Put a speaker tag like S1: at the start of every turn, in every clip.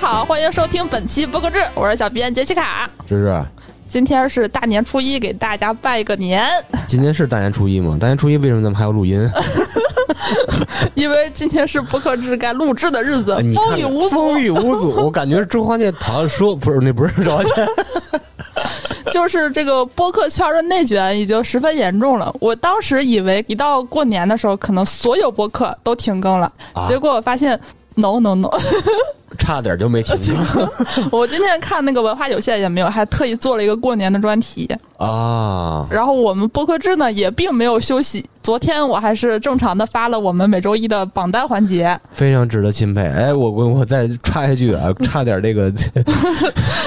S1: 好，欢迎收听本期播客制，我是小编杰西卡。
S2: 芝芝，
S1: 今天是大年初一，给大家拜个年，
S2: 今天是大年初一吗？大年初一为什么咱们还要录音？
S1: 因为今天是播客制该录制的日子
S2: 哎，你看
S1: 风雨无阻
S2: 风，雨 无阻，我感觉周华健好像说不是，那不是周华健，
S1: 就是这个播客圈的内卷已经十分严重了。我当时以为一到过年的时候，可能所有播客都停更了，
S2: 啊
S1: 结果我发现 no no no。
S2: 差点就没听到
S1: 我今天看那个文化有限也没有，还特意做了一个过年的专题。
S2: 啊。
S1: 然后我们播客制呢也并没有休息，昨天我还是正常的发了我们每周一的榜单环 节，
S2: 非常值得钦佩。哎，我我我再插一句啊， 差点这个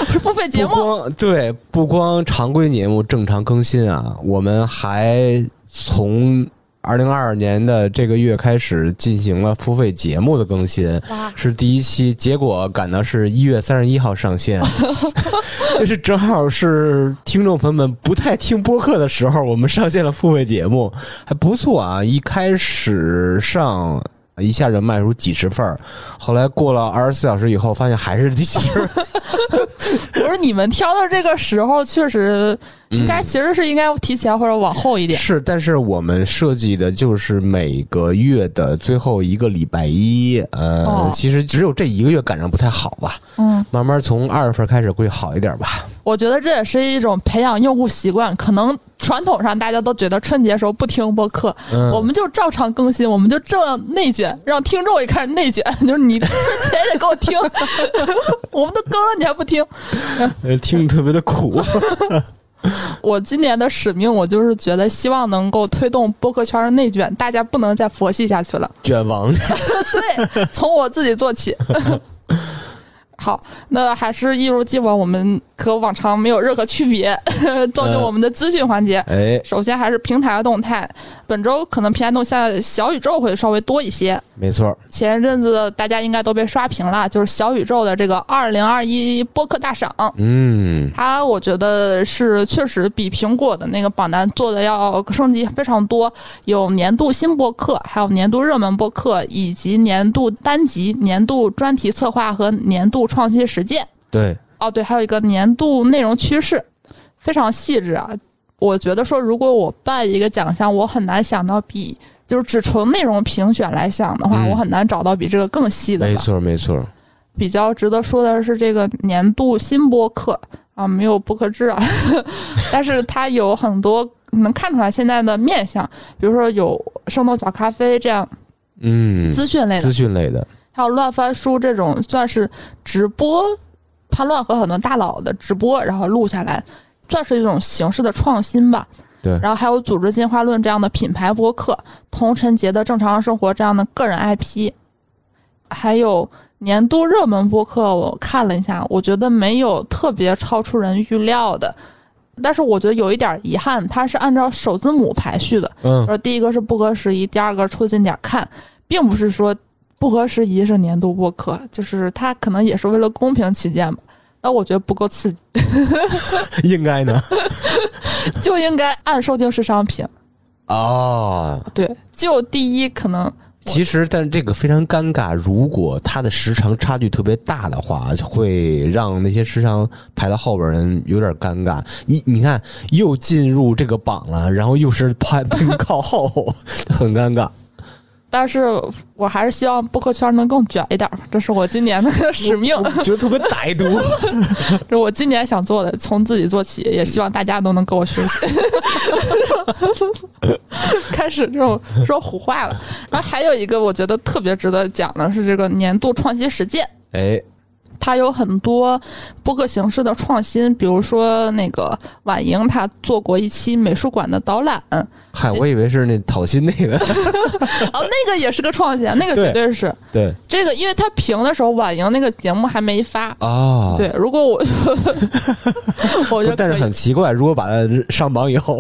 S1: 是付费节
S2: 不
S1: 目。
S2: 光对，不光常规节目正常更新啊，我们还从二零二二年的这个月开始进行了付费节目的更新，
S1: 哇，
S2: 是第一期，结果赶的是一月三十一号上 线，就是正好是听众朋友们不太听播客的时候，我们上线了付费节目，还不错啊。一开始上一下就卖出几十份儿，后来过了二十四小时以后，发现还是第几份儿。
S1: 不是你们挑的这个时候，确实应
S2: 嗯
S1: 该其实是应该提前或者往后一点。
S2: 是，但是我们设计的就是每个月的最后一个礼拜一，呃，
S1: 哦
S2: 其实只有这一个月赶上不太好吧，
S1: 嗯，
S2: 慢慢从二月份开始会好一点吧。
S1: 我觉得这也是一种培养用户习惯。可能传统上大家都觉得春节时候不听播客，
S2: 嗯
S1: 我们就照常更新，我们就这样内卷，让听众也开始内卷， 就是你春节也得给我听， 我们都更了你还不听。
S2: 呃，听着特别的苦。
S1: 我今年的使命，我就是觉得希望能够推动播客圈的内卷，大家不能再佛系下去了。
S2: 卷王，
S1: 对，从我自己做起。 好，那还是一如既往，我们和往常没有任何区别， 造就我们的资讯环节。
S2: 哎，
S1: 首先还是平台的动态，本周可能平台动态小宇宙会稍微多一些。
S2: 没错儿，
S1: 前一阵子大家应该都被刷屏了，就是小宇宙的这个二零二一播客大赏，
S2: 嗯，
S1: 它我觉得是确实比苹果的那个榜单做的要升级非常多，有年度新播客，还有年度热门播客，以及年度单集、年度专题策划和年度创新实践。
S2: 对，
S1: 哦，对，还有一个年度内容趋势，非常细致啊。我觉得说，如果我办一个奖项，我很难想到比就是只从内容评选来想的话，
S2: 嗯
S1: 我很难找到比这个更细的
S2: 没
S1: 了。
S2: 错儿，没错儿，
S1: 比较值得说的是，这个年度新播客啊，没有播客制啊， 但是它有很多能看出来现在的面向，比如说有生动小咖啡这样
S2: 嗯，
S1: 资讯类的
S2: 资，讯类的，
S1: 还有乱翻书这种算是直播，潘乱和很多大佬的直播，然后录下来，算是一种形式的创新吧。
S2: 对
S1: 然后还有组织进化论这样的品牌播客，童晨杰的正常生活这样的个人 IP，还有年度热门播客，我看了一下，我觉得没有特别超出人预料的。但是我觉得有一点遗憾，它是按照首字母排序的，
S2: 嗯，
S1: 说第一个是不合时宜，第二个凑近点儿看，并不是说不合时宜是年度播客，就是它可能也是为了公平起见吧。那我觉得不够刺激，
S2: 应该呢。
S1: 就应该按收听时长评。
S2: 哦，
S1: 对，就第一可能
S2: 其实，但这个非常尴尬。如果它的时长差距特别大的话，会让那些时长排到后边人有点尴尬。你你看，又进入这个榜了，然后又是排名靠后，很尴尬。
S1: 但是我还是希望播客圈能更卷一点吧，这是我今年的使命，
S2: 我觉得特别歹毒。
S1: 这是我今年想做的，从自己做起，
S2: 嗯
S1: 也希望大家都能跟我学习。 开始这种说胡话了，然后还有一个我觉得特别值得讲的是这个年度创新实践，
S2: 哎，
S1: 它有很多播客形式的创新，比如说那个婉莹她做过一期美术馆的导 览，
S2: 嗨，我以为是那讨薪那 个。
S1: 哦，那个也是个创新，那个绝对是
S2: 对
S1: 这个，因为她评的时候婉莹那个节目还没发，
S2: 啊，
S1: 对，如果我， 我
S2: 不
S1: 觉
S2: 是
S1: 得
S2: 但是
S1: 可以
S2: 很奇怪，如果把它上榜以 后，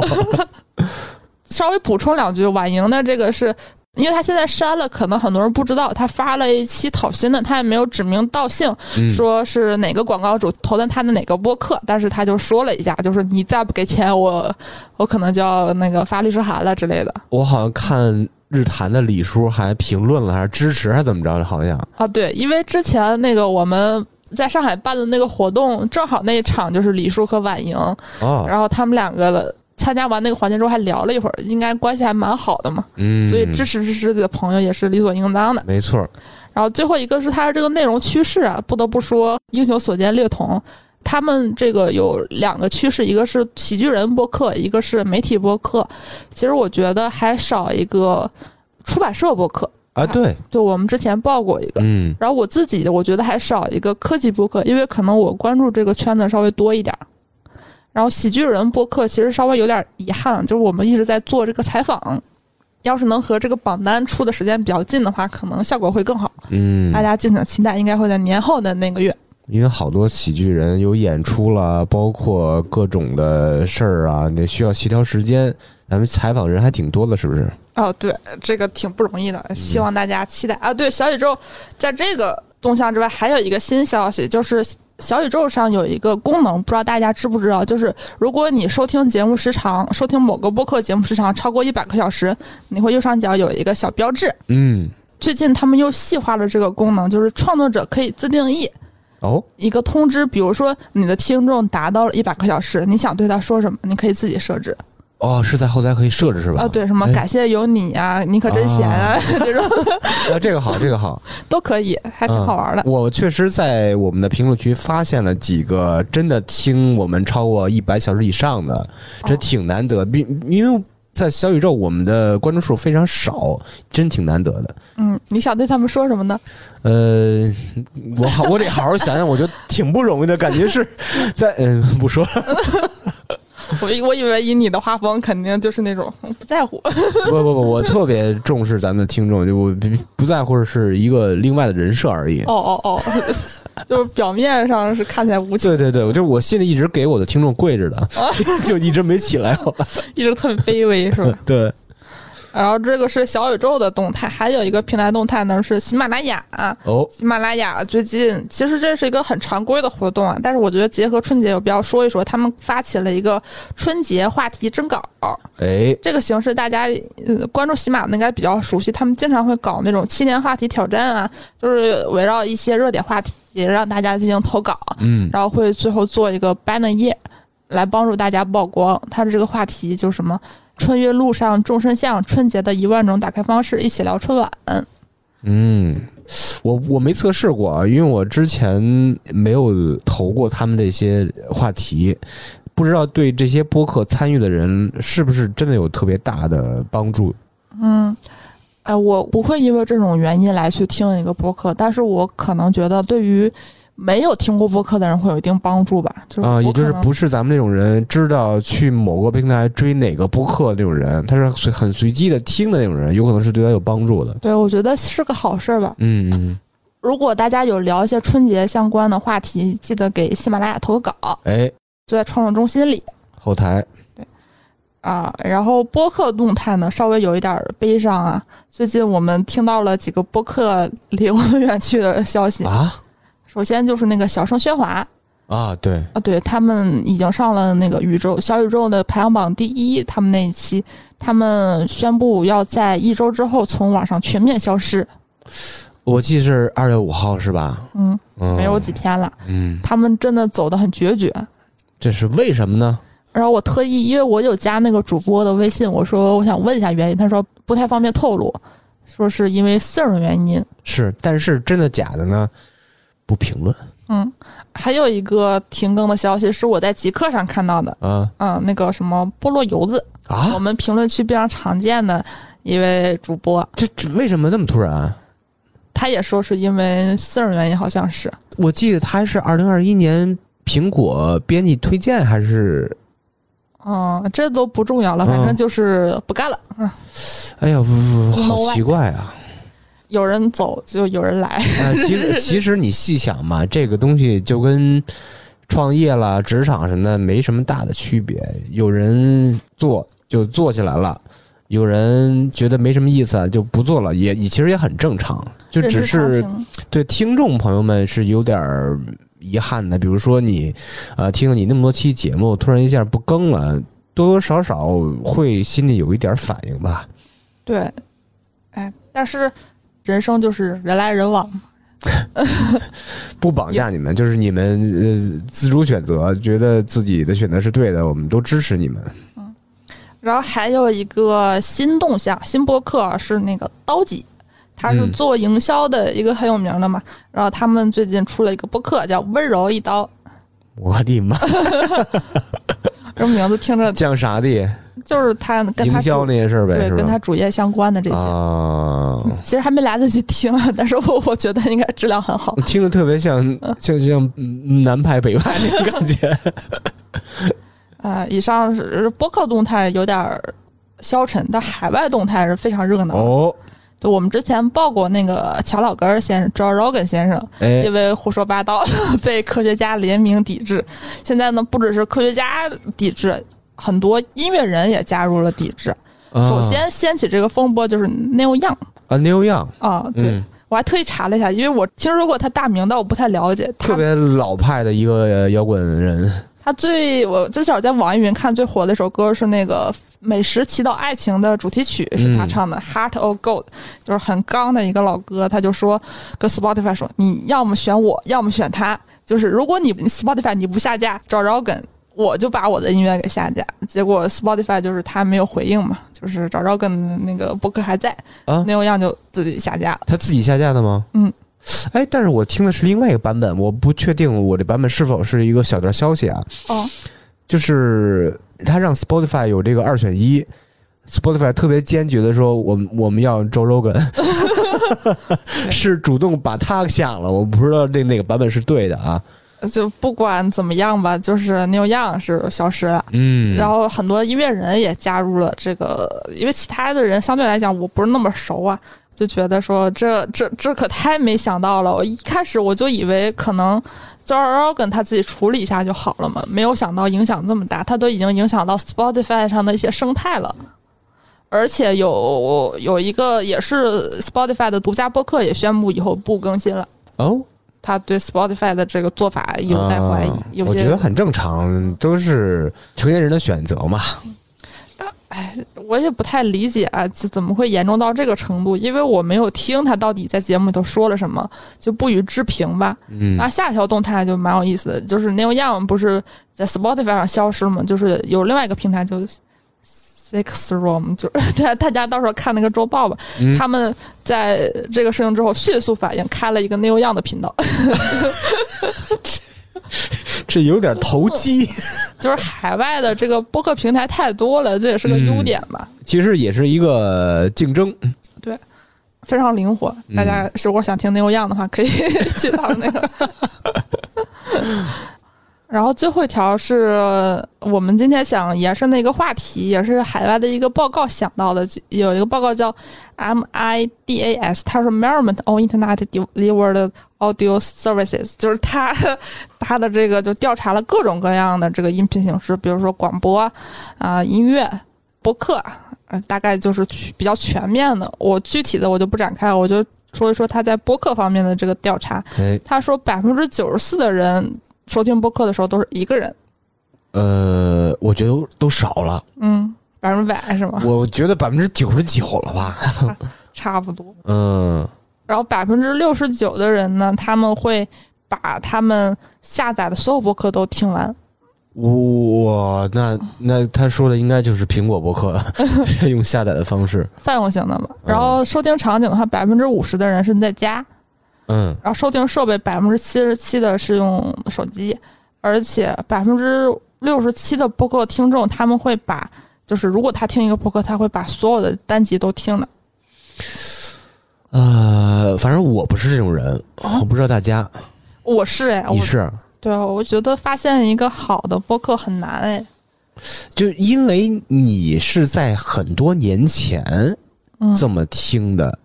S1: 稍微补充两句。婉莹的这个是，因为她现在删了，可能很多人不知道，她发了一期讨薪的，她也没有指名道姓，
S2: 嗯
S1: 说是哪个广告主投在她的哪个播客，但是她就说了一下，就是你再不给钱，我我可能就要那个发律师函了之类的
S2: 我好像看日坛的
S1: 啊
S2: 李叔还评论了，还是支持，还是怎么着？好像
S1: 啊。对，因为之前那个我们。在上海办的那个活动，正好那一场就是李叔和婉莹，
S2: 哦，
S1: 然后他们两个参加完那个环节之后还聊了一会儿，应该关系还蛮好的嘛，
S2: 嗯，
S1: 所以支持支持自己的朋友也是理所应当的。
S2: 没错，
S1: 然后最后一个是它的这个内容趋势啊，不得不说《英雄所见略同》，他们这个有两个趋势，一个是喜剧人播客，一个是媒体播客。其实我觉得还少一个出版社播客，
S2: 啊，对，
S1: 就我们之前报过一个。
S2: 嗯
S1: 然后我自己我觉得还少一个科技播客，因为可能我关注这个圈子稍微多一点儿。然后喜剧人播客其实稍微有点遗憾，就是我们一直在做这个采访，要是能和这个榜单出的时间比较近的话，可能效果会更好。
S2: 嗯
S1: 大，家敬请期待，应该会在年后的那个月。
S2: 因为好多喜剧人有演出啦，包括各种的事儿啊，你需要协调时间。咱们采访人还挺多的，是不是？
S1: 哦，对，这个挺不容易的，希望大家期待、啊。对，小宇宙在这个动向之外，还有一个新消息，就是小宇宙上有一个功能，不知道大家知不知道？就是如果你收听节目时长，收听某个播客节目时长超过一百个小时，你会右上角有一个小标志。
S2: 嗯，
S1: 最近他们又细化了这个功能，就是创作者可以自定义
S2: 哦，
S1: 一个通知，比如说你的听众达到了一百个小时，你想对他说什么，你可以自己设置。
S2: 哦，是在后台可以设置是吧？
S1: 啊，对，什么
S2: 哎
S1: 感谢有你啊，你可真闲啊， 这种
S2: 啊， 这个好，这个好，嗯
S1: 都可以， 还挺
S2: 啊
S1: 好玩的。
S2: 我确实在我们的评论区发现了几个真的听我们超过一百小时以上的，
S1: 哦
S2: 这挺难得。并因为在小宇宙，我们的关注数非常少，真挺难得的。
S1: 嗯，你想对他们说什么呢？
S2: 呃，我好，我得好好想想，我觉得挺不容易的，感觉是在嗯，不说了，
S1: 我以我以为以你的画风，肯定就是那种嗯不在乎。
S2: 不不不，我特别重视咱们的听众，就我不不在乎是一个另外的人设而已。
S1: 哦哦 哦，就是表面上是看起来无情，
S2: 对对对，我就我心里一直给我的听众跪着的， 就一直没起来过。
S1: 一直特别卑微，是吧？
S2: 对，
S1: 然后这个是小宇宙的动态，还有一个平台动态呢是喜马拉雅、啊
S2: 哦，
S1: 喜马拉雅最近其实这是一个很常规的活动啊，但是我觉得结合春节有必要说一说，他们发起了一个春节话题征稿。
S2: 哎，
S1: 这个形式大家呃关注喜马的应该比较熟悉，他们经常会搞那种七年话题挑战啊，就是围绕一些热点话题让大家进行投稿，
S2: 嗯，
S1: 然后会最后做一个 banner 页来帮助大家曝光。它的这个话题就是什么？春运路上众生相，春节的一万种打开方式，一起聊春晚。
S2: 嗯，我我没测试过啊，因为我之前没有投过他们这些话题，不知道对这些播客参与的人是不是真的有特别大的帮助。
S1: 嗯，哎，我不会因为这种原因来去听一个播客，但是我可能觉得对于没有听过播客的人会有一定帮助吧。就是
S2: 啊，
S1: 我
S2: 也就
S1: 嗯可
S2: 是
S1: 能
S2: 不是咱们这种人知道去某个平台追哪个播客那种人，他是随很随机的听的那种人，有可能是对他有帮助的。
S1: 对，我觉得是个好事儿吧。
S2: 嗯嗯，
S1: 如果大家有聊一些春节相关的话题，记得给喜马拉雅投稿，
S2: 哎，
S1: 就在创作中心里
S2: 后台
S1: 啊。然后播客动态呢，稍微有一点儿悲伤啊。最近我们听到了几个播客离我们远去的消 息，
S2: 啊
S1: 首先就是那个小声喧哗
S2: 啊，对，
S1: 啊，对他们已经上了那个宇宙小宇宙的排行榜第一，他们那一期，他们宣布要在一周之后从网上全面消失，
S2: 我记得是二月五号是吧？
S1: 嗯，
S2: 嗯，
S1: 没有几天了，
S2: 嗯，
S1: 他们真的走得很决绝，
S2: 这是为什么呢？
S1: 然后我特意，因为我有加那个主播的微信，我说我想问一下原因，他说不太方便透露，说是因为私人原因。
S2: 是，但是真的假的呢？不评论
S1: 嗯，还有一个停更的消息是我在极客上看到的，
S2: 啊
S1: 嗯，那个什么菠萝油子，我
S2: 啊！
S1: 们评论区非常常见的一位主播，
S2: 这这为什么那么突然啊？
S1: 他也说是因为私人原因，好像是
S2: 我记得他是二零二一年苹果编辑推荐还是？
S1: 嗯，这都不重要了，反正
S2: 嗯
S1: 就是不干了，
S2: 哎呀，不不不，
S1: No
S2: 好奇怪啊！
S1: 有人走就有人来，
S2: 啊，其实其实你细想嘛，这个东西就跟创业啦、职场什么的没什么大的区别。有人做就做起来了，有人觉得没什么意思啊就不做了，也也其实也很正常，就
S1: 人
S2: 只
S1: 之常
S2: 是
S1: 情
S2: 对听众朋友们是有点儿遗憾的。比如说你，呃，听了你那么多期节目，突然一下不更了，多多少少会心里有一点反应吧。
S1: 对，哎，但是人生就是人来人往嘛，
S2: 不绑架你们，就是你们呃自主选择，觉得自己的选择是对的，我们都支持 你们。
S1: 然后还有一个新动向，新播客是那个刀姐，她是
S2: 嗯
S1: 做营销的一个很有名的嘛。然后他们最近出了一个播客叫《温柔一刀》，
S2: 我的妈，
S1: 这名字听着
S2: 讲啥的？
S1: 就是他跟他
S2: 营
S1: 主
S2: 销那些事儿呗，
S1: 对
S2: 是
S1: 跟他
S2: 吧？
S1: 主业相关的这些。
S2: 啊，
S1: 其实还没来得及听，啊但是我我觉得应该质量很好。
S2: 听着特别 像像像嗯南派北派那种感觉。
S1: 呃，以上是播客动态有点儿消沉，但海外动态是非常热闹的。
S2: 哦，
S1: 就我们之前报过那个乔老根儿先生 （Joe Rogan 先生），
S2: 哎
S1: 因，为胡说八道 被科学家联名抵制。现在呢，不只是科学家抵制，很多音乐人也加入了抵制。
S2: 啊
S1: 首先掀起这个风波就是 Neil Young
S2: 啊，Neil Young，
S1: 啊，对、
S2: 嗯，
S1: 我还特意查了一下，因为我听说过他大名，但我不太了解。
S2: 特
S1: 他
S2: 别老派的一个摇滚人。
S1: 他最我最早在网易云看最火的一首歌是那个《美食祈祷爱情》的主题曲，是他
S2: 嗯
S1: 唱的《Heart of Gold》，就是很刚的一个老哥。他就说跟 Spotify 说，你要么选我，要么选他。就是如果你 Spotify 你不下架找 Rogan，我就把我的音乐给下架。结果 Spotify 就是他没有回应嘛，就是找 Rogan 的那个博客还在，
S2: 啊
S1: 那样就自己下架了。
S2: 他自己下架的吗？
S1: 嗯，
S2: 哎，但是我听的是另外一个版本，我不确定我这版本是否是一个小道消息啊，
S1: 哦，
S2: 就是他让 Spotify 有这个二选一。Spotify 特别坚决的说，我们我们要 Joe Rogan，是主动把他下了，我不知道这哪个版本是对的啊。
S1: 就不管怎么样吧，就是 New Young 是消失了。
S2: 嗯，
S1: 然后很多音乐人也加入了这个，因为其他的人相对来讲我不是那么熟啊，就觉得说这这这可太没想到了。我一开始我就以为可能 j o r o g a n 他自己处理一下就好了嘛，没有想到影响这么大，他都已经影响到 Spotify 上的一些生态了。而且有有一个也是 Spotify 的独家播客也宣布以后不更新了，
S2: 哦，
S1: 他对 Spotify 的这个做法有待怀疑
S2: 啊，
S1: 有
S2: 我
S1: 些
S2: 觉得很正常，都是成年人的选择嘛。
S1: 我也不太理解啊，这怎么会严重到这个程度？因为我没有听他到底在节目里头说了什么，就不予置评吧。
S2: 嗯
S1: 那下一条动态就蛮有意思的，就是 Neil Young 不是在 Spotify 上消失了嘛，就是有另外一个平台就 Six Room，就是 大家大家到时候看那个周报吧，
S2: 嗯
S1: 他们在这个事情之后迅速反应，开了一个 Neil Young 的频道，
S2: 这有点投机，
S1: 就是海外的这个播客平台太多了，这也是个
S2: 嗯
S1: 优点吧。
S2: 其实也是一个竞争。
S1: 非常灵活，
S2: 嗯
S1: 大家如果想听那个样的话，可以 去到那个。然后最后一条是我们今天想延伸的一个话题，也是海外的一个报告想到的，就有一个报告叫 MIDAS，它是 Measurement on Internet Delivered Audio Services，就是它它的这个就调查了各种各样的这个音频形式，比如说广播啊、音乐、播客，呃，大概就是去比较全面的。我具体的我就不展开，我就说一说他在播客方面的这个调查。
S2: 哎，
S1: 他说百分之九十四的人收听播客的时候都是一个人，
S2: 呃，我觉得都少了，
S1: 嗯，百分之百是吗？
S2: 我觉得百分之九十九了吧。
S1: 差不多。
S2: 嗯，
S1: 然后百分之六十九的人呢，他们会把他们下载的所有播客都听完。
S2: 我那那他说的应该就是苹果博客用下载的方式。
S1: 泛用型的嘛，然后收听场景的话，百分之五十的人是在家，
S2: 嗯，
S1: 然后收听设备百分之七十七的是用手机，而且百分之六十七的播客听众他们会把，就是如果他听一个播客，他会把所有的单集都听了。
S2: 呃，反正我不是这种人，我不知道大家，
S1: 我是哎，我
S2: 你是？
S1: 对啊，我觉得发现一个好的播客很难哎，
S2: 就因为你是在很多年前
S1: 嗯
S2: 这么听的，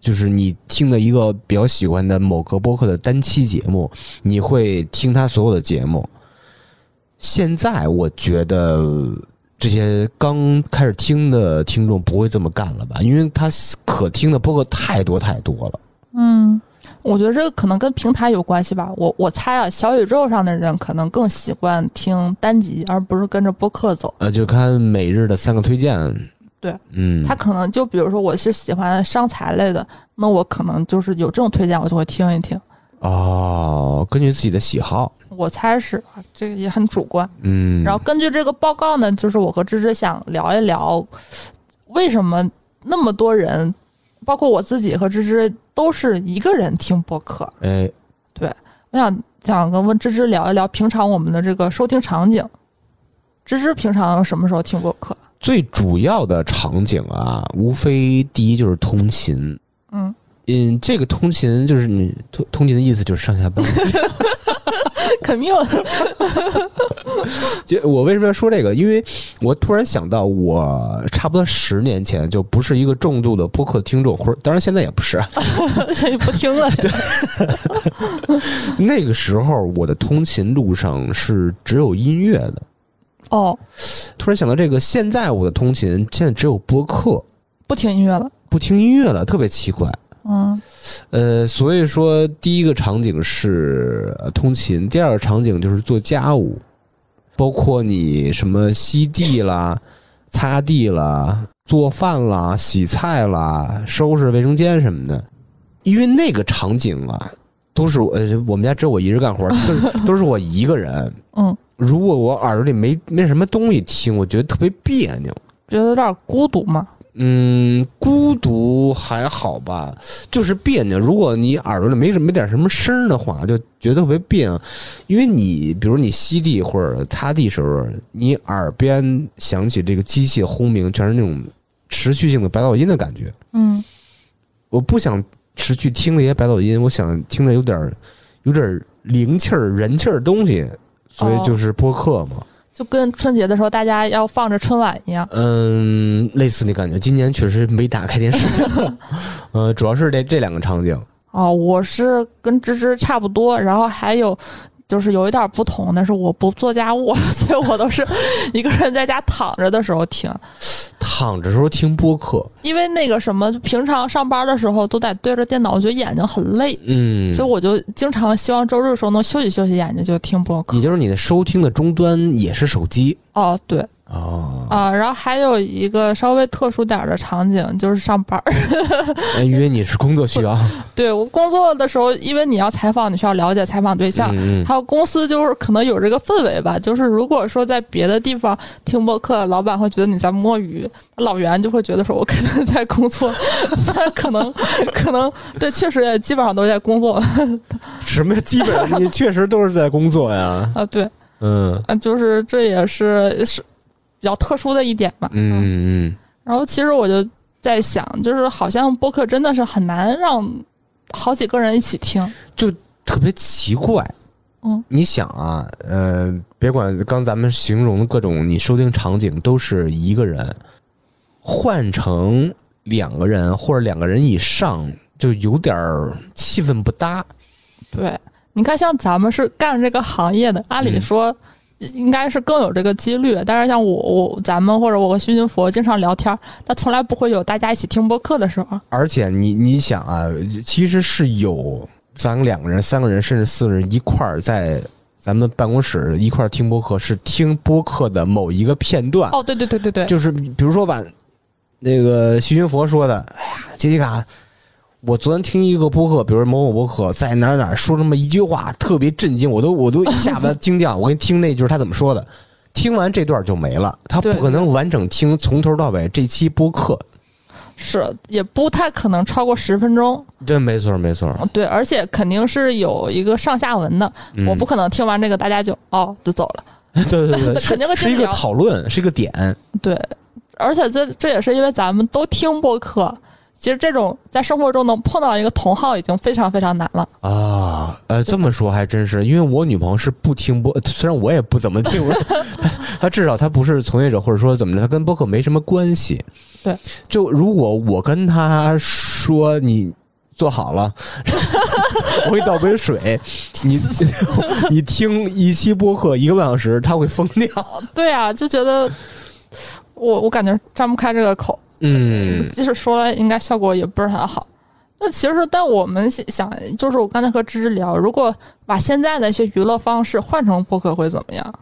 S2: 就是你听的一个比较喜欢的某个播客的单期节目，你会听他所有的节目。现在我觉得呃这些刚开始听的听众不会这么干了吧，因为他可听的播客太多太多了。
S1: 嗯，我觉得这个可能跟平台有关系吧。我我猜啊，小宇宙上的人可能更习惯听单集，而不是跟着播客走。
S2: 呃，就看每日的三个推荐，
S1: 对，
S2: 嗯，
S1: 他可能就比如说我是喜欢商财类的，那我可能就是有这种推荐，我就会听一听。
S2: 哦，根据自己的喜好，
S1: 我猜是啊，这个也很主观。
S2: 嗯，
S1: 然后根据这个报告呢，就是我和芝芝想聊一聊，为什么那么多人，包括我自己和芝芝都是一个人听播客。
S2: 哎，
S1: 我想想跟问芝芝聊一聊平常我们的这个收听场景。芝芝平常什么时候听播 客？
S2: 最主要的场景啊，无非第一就是通勤，
S1: 嗯
S2: 嗯，这个通勤就是你通通勤的意思就是上下班。
S1: ，commute，
S2: 就我为什么要说这个？因为我突然想到，我差不多十年前就不是一个重度的播客听众，或者当然现在也不是。啊
S1: 这不听了。
S2: 那个时候我的通勤路上是只有音乐的。
S1: 哦，
S2: 突然想到这个，现在我的通勤现在只有播客，
S1: 不听音乐了。
S2: 不听音乐了，特别奇怪。
S1: 嗯，
S2: 呃，所以说第一个场景是呃通勤，第二个场景就是做家务，包括你什么吸地啦、擦地啦、做饭啦、洗菜啦、收拾卫生间什么的。因为那个场景啊，都是我呃，我们家只有我一人干活，都是都是我一个人。
S1: 嗯，
S2: 如果我耳朵里没没什么东西听，我觉得特别别扭。
S1: 觉得有点孤独嘛。
S2: 嗯，孤独还好吧，就是别扭。如果你耳朵里没什没点什么声儿的话，就觉得特别别扭，因为你比如你吸地或者擦地时候，你耳边响起这个机械轰鸣，全是那种持续性的白噪音的感觉。
S1: 嗯，
S2: 我不想持续听那些白噪音，我想听的有点儿有点儿灵气儿、人气儿的东西，所以就是播客嘛。
S1: 就跟春节的时候大家要放着春晚一样。
S2: 嗯，类似那感觉。今年确实没打开电视， 呃，主要是这这两个场景。
S1: 哦，我是跟芝芝差不多，然后还有就是有一点不同的是，我不做家务， 所以我都是一个人在家躺着的时候听，
S2: 躺着时候听播客，
S1: 因为那个什么，平常上班的时候都得对着电脑，我觉得眼睛很累，
S2: 嗯，
S1: 所以我就经常希望周日的时候能休息休息眼睛，就听播客
S2: 也。就是你的收听的终端也是手机
S1: 哦，对
S2: 哦，
S1: 啊、然后还有一个稍微特殊点儿的场景就是上班儿。
S2: 呃因为你是工作需要，
S1: 对我工作的时候，因为你要采访，你需要了解采访对象，
S2: 嗯嗯
S1: 还有公司就是可能有这个氛围吧，就是如果说在别的地方听播客，老板会觉得你在摸鱼，老袁就会觉得说我可能在工作， 虽然可能可能对，确实也基本上都在工作
S2: 什么基本上你确实都是在工作呀，
S1: 啊，对，
S2: 嗯
S1: 啊，就是这也是是比较特殊的一点吧，
S2: 嗯嗯
S1: 然后其实我就在想，就是好像播客真的是很难让好几个人一起听，
S2: 嗯，就特别奇怪。
S1: 嗯，
S2: 你想啊，呃，别管刚咱们形容的各种你收听场景都是一个人，换成两个人或者两个人以上，就有点儿气氛不搭。
S1: 对，你看，像咱们是干这个行业的，按理
S2: 嗯
S1: 说、应该是更有这个几率。但是像我我咱们或者我和徐金佛经常聊天，但从来不会有大家一起听播客的时候。
S2: 而且你你想啊，其实是有咱们两个人、三个人甚至四个人一块儿在咱们办公室一块儿听播客，是听播客的某一个片段，
S1: 哦，对对对对对，
S2: 就是比如说吧，那个徐云佛说的，哎呀，杰西卡。我昨天听一个播客，比如某某播客在哪儿哪儿说这么一句话，特别震惊，我都我都一下子惊掉。我跟你听那就是他怎么说的，听完这段就没了，他不
S1: 对
S2: 可能完整听从头到尾这期播客。
S1: 是也不太可能超过十分钟。
S2: 真没错没错，
S1: 对，而且肯定是有一个上下文的，
S2: 嗯
S1: 我不可能听完这个大家就哦就走了。
S2: 对对对，
S1: 肯定会
S2: 是是
S1: 跟
S2: 一
S1: 你
S2: 个
S1: 聊
S2: 讨论，是一个点。
S1: 对，而且这这也是因为咱们都听播客。其实这种在生活中能碰到一个同好已经非常非常难了。
S2: 啊，呃，这么说还真是，因为我女朋友是不听播， 虽然我也不怎么听，我 她她至少她不是从业者，或者说怎么着，她跟播客没什么关系。
S1: 对，
S2: 就如果我跟她说你做好了， 我给你倒杯水，你 你听一期播客一个半小时，她会疯掉。
S1: 对啊，就觉得我我感觉张不开这个口，
S2: 嗯
S1: 即使说了，应该效果也不是很好。那其实，但我们想，就是我刚才和芝芝聊，如果把现在的一些娱乐方式换成播客会怎么样？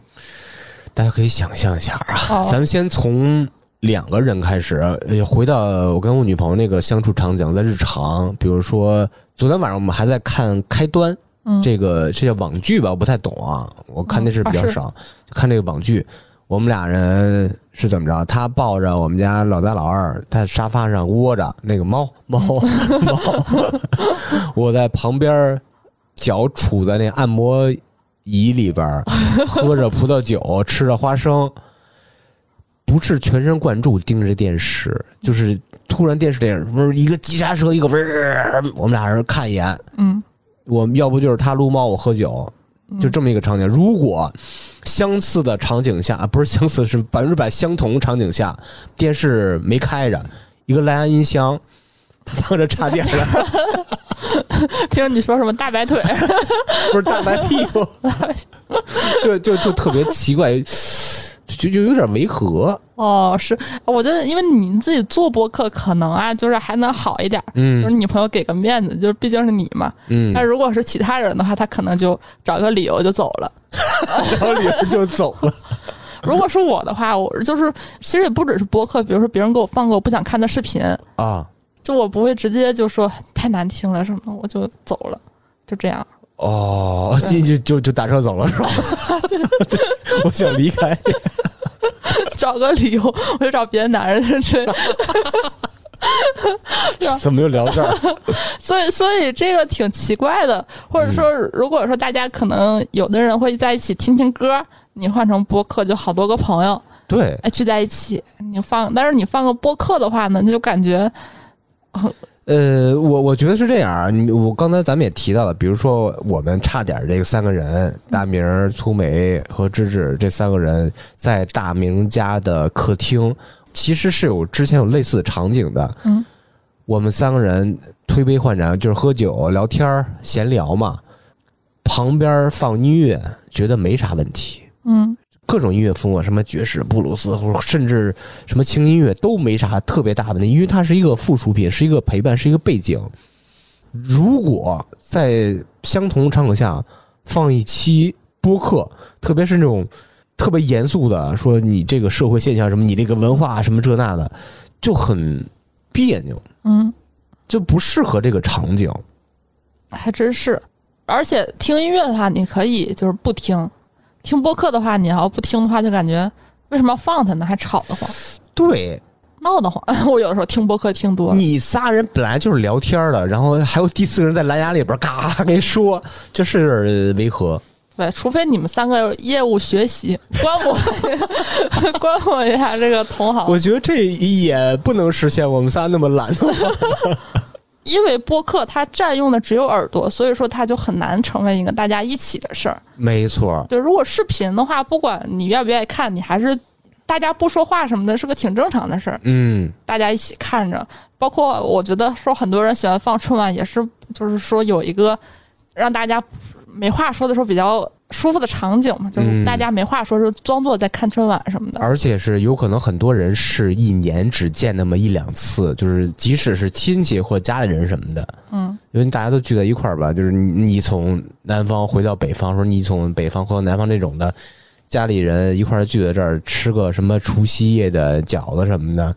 S2: 大家可以想象一下啊，
S1: 哦
S2: 咱们先从两个人开始，呃回到我跟我女朋友那个相处场景，在日常，比如说昨天晚上我们还在看《开端》
S1: 嗯
S2: 这个这叫网剧吧，我不太懂啊，我看电视比较
S1: 嗯啊是
S2: 少，就看这个网剧。我们俩人是怎么着？他抱着我们家老大老二，他在沙发上窝着那个猫 猫猫，我在旁边儿脚杵在那按摩椅里 边儿，喝着葡萄酒，吃着花生，不是全神贯注盯着电视，就是突然电视里不是一个急刹车，一个嗡儿，我们俩人看一眼，
S1: 嗯，
S2: 我们要不就是他撸猫，我喝酒，就这么一个场景。如果相似的场景下，啊不是相似，是百分之百相同场景下，电视没开着，一个蓝牙音箱。放着插电了，
S1: 听你说什么大白 腿，
S2: 不是大白屁股，对，就就特别奇怪，就就有点违和，
S1: 哦，是，我觉得因为你自己做播客，可能啊，就是还能好一点儿，就
S2: 嗯
S1: 是你朋友给个面子，就是毕竟是你嘛。
S2: 嗯，
S1: 但如果是其他人的话，他可能就找个理由就走了。
S2: 然后里边就走了，
S1: 如果是我的话，我就是其实也不只是播客，比如说别人给我放个我不想看的视频，
S2: 啊，
S1: 就我不会直接就说太难听了什么，我就走了，就这样。
S2: 哦，
S1: 对
S2: 你就就就打车走了是吧？对， 我想离开。
S1: 找个理由，我就找别的男人之类。
S2: 怎么又聊这儿？
S1: 所以，所以这个挺奇怪的，或者说，如果说大家可能有的人会在一起听听歌，你换成播客，就好多个朋友
S2: 对，
S1: 哎聚在一起，你放，但是你放个播客的话呢，你就感觉
S2: 呃，我我觉得是这样啊。你我刚才咱们也提到了，比如说我们差点这个三个人，大明儿、粗梅和芝芝这三个人在大明家的客厅，其实是有之前有类似的场景的。
S1: 嗯，
S2: 我们三个人推杯换盏，就是喝酒、聊天儿、闲聊嘛。旁边放音乐，觉得没啥问题。
S1: 嗯
S2: 各种音乐风格，什么爵士、布鲁斯，或者甚至什么轻音乐都没啥特别大问题，因为它是一个附属品，是一个陪伴，是一个背景。如果在相同场景下放一期播客，特别是那种特别严肃的，说你这个社会现象什么，你这个文化啊什么这那的，就很别扭，
S1: 嗯，
S2: 就不适合这个场景。
S1: 还真是。而且听音乐的话，你可以就是不听；听播客的话，你要不听的话，就感觉为什么要放它呢？还吵得慌，
S2: 对
S1: 闹得慌。 我有的时候听播客听多了，
S2: 你仨人本来就是聊天的，然后还有第四个人在蓝牙里边嘎跟你说，这是违和。
S1: 对，除非你们三个业务学习，观摩 观摩一下这个同行，
S2: 我觉得这也不能实现我们仨那么懒。
S1: 因为播客它占用的只有耳朵，所以说它就很难成为一个大家一起的事儿。
S2: 没错，
S1: 对，如果视频的话，不管你愿不愿意看，你还是大家不说话什么的，是个挺正常的事儿，
S2: 嗯，
S1: 大家一起看着。包括我觉得说很多人喜欢放春晚，也是就是说有一个让大家没话说的时候比较舒服的场景嘛，就是大家没话说，就装作在看春晚什么的。
S2: 而且是有可能很多人是一年只见那么一两次，就是即使是亲戚或家里人什么的，
S1: 嗯，
S2: 因为大家都聚在一块儿吧，就是你你从南方回到北方，说你从北方回到南方这种的，家里人一块儿聚在这儿吃个什么除夕夜的饺子什么的，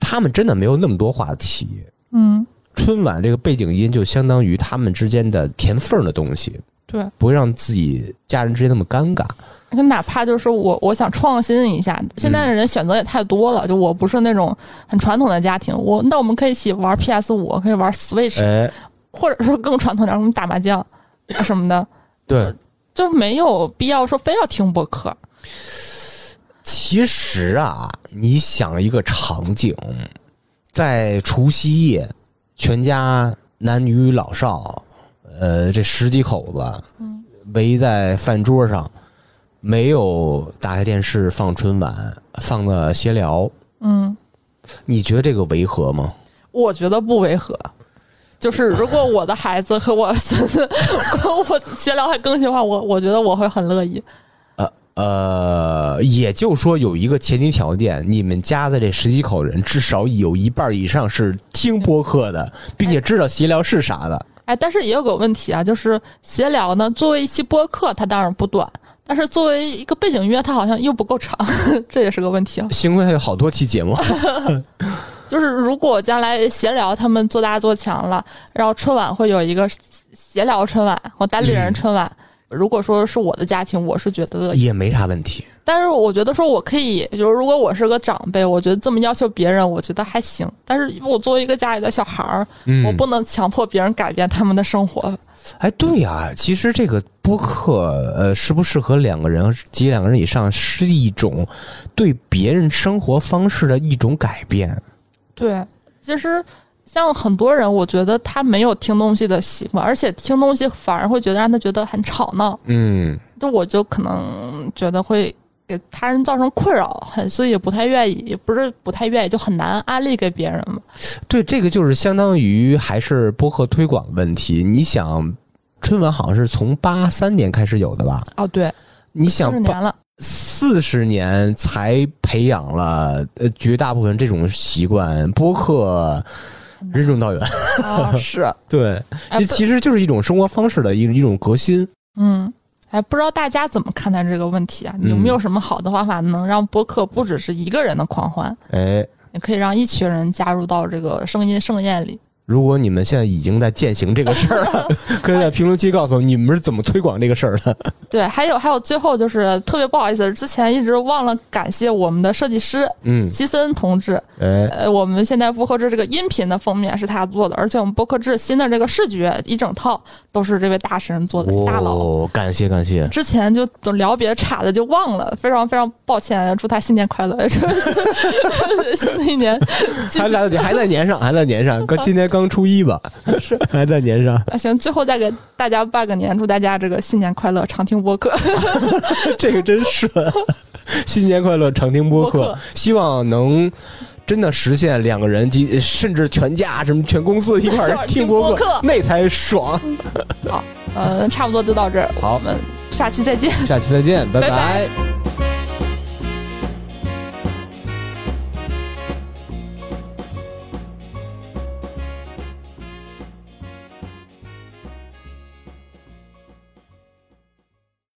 S2: 他们真的没有那么多话题。
S1: 嗯，
S2: 春晚这个背景音就相当于他们之间的填缝儿的东西，
S1: 对。
S2: 不会让自己家人之间那么尴尬。
S1: 就哪怕就是我，我想创新一下，现在的人选择也太多了。就我不是那种很传统的家庭，我那我们可以一起玩 PS 五，可以玩 Switch，、
S2: 哎，
S1: 或者说更传统点，我们打麻将啊什么的，
S2: 对，
S1: 就没有必要说非要听播客。
S2: 其实啊，你想一个场景，在除夕夜，全家男女老少，呃，这十几口子围在饭桌上，没有打开电视放春晚，放的闲聊，
S1: 嗯，
S2: 你觉得这个违和吗？
S1: 我觉得不违和。就是如果我的孩子和我孙子和我闲聊还更新的话，我我觉得我会很乐意。
S2: 呃呃，也就是说有一个前提条件，你们家的这十几口人至少有一半以上是听播客的，并且知道闲聊是啥的。
S1: 哎，但是也有个问题啊，就是闲聊呢，作为一期播客，它当然不短，但是作为一个背景音乐，它好像又不够长， 这也是个问题啊。
S2: 幸亏还有好多期 节目，
S1: 哦就是如果将来闲聊他们做大做强了，然后春晚会有一个闲聊春晚或单立人春晚。如果说是我的家庭，我是觉得，
S2: 也没啥问题。
S1: 但是我觉得说我可以，就是如果我是个长辈，我觉得这么要求别人，我觉得还行。但是我作为一个家里的小孩儿，
S2: 嗯，
S1: 我不能强迫别人改变他们的生活。
S2: 哎，对呀、其实这个播客，呃，适不适合两个人及两个人以上，是一种对别人生活方式的一种改变。
S1: 对，其实像很多人，我觉得他没有听东西的习惯，而且听东西反而会觉得让他觉得很吵闹。
S2: 嗯，
S1: 就我就可能觉得会给他人造成困扰，很所以也不太愿意，也不是不太愿意，就很难安利给别人嘛。
S2: 对，这个就是相当于还是播客推广的问题。你想，春晚好像是从八三年开始有的吧？
S1: 哦，对，
S2: 你
S1: 四
S2: 想
S1: 十，年了，
S2: 四十年才培养了呃绝大部分这种习惯，播客
S1: 嗯
S2: 任重道远。
S1: 啊、是，
S2: 对，
S1: 哎，
S2: 这
S1: 不
S2: 其实就是一种生活方式的一一种革新。
S1: 嗯，哎，不知道大家怎么看待这个问题啊？有没有什么好的方法能让播客不只是一个人的狂欢，
S2: 哎，
S1: 也可以让一群人加入到这个声音盛宴里？
S2: 如果你们现在已经在践行这个事儿 了，可以在评论区告诉我你们是怎么推广这个事儿的。
S1: 对，还有还有，最后就是特别不好意思，之前一直忘了感谢我们的设计师
S2: 嗯，
S1: 西森同志。
S2: 哎，
S1: 呃，我们现在播客制这个音频的封面是他做的，而且我们播客制新的这个视觉一整套都是这位大神做的，大佬。
S2: 哦，感谢感谢，
S1: 之前就总聊别的岔的就忘了，非常非常抱歉，祝他新年快乐！ 新的一年继
S2: 还
S1: 续
S2: 来得及，还在年上，还在年上，刚今天刚初一吧，
S1: 是
S2: 还在年上，
S1: 啊，行，最后再给大家拜个年，祝大家这个新年快乐，常听播客。
S2: 这个真顺。新年快乐，常听播
S1: 播
S2: 客
S1: 客，
S2: 希望能。真的实现两个人及甚至全家什么全公司一 块
S1: 一块
S2: 儿
S1: 儿听
S2: 听播
S1: 播客
S2: 那才爽。
S1: 好，嗯、差不多就到这儿，
S2: 好
S1: 我们下期再见。
S2: 下期再见，拜
S1: 拜拜
S2: 拜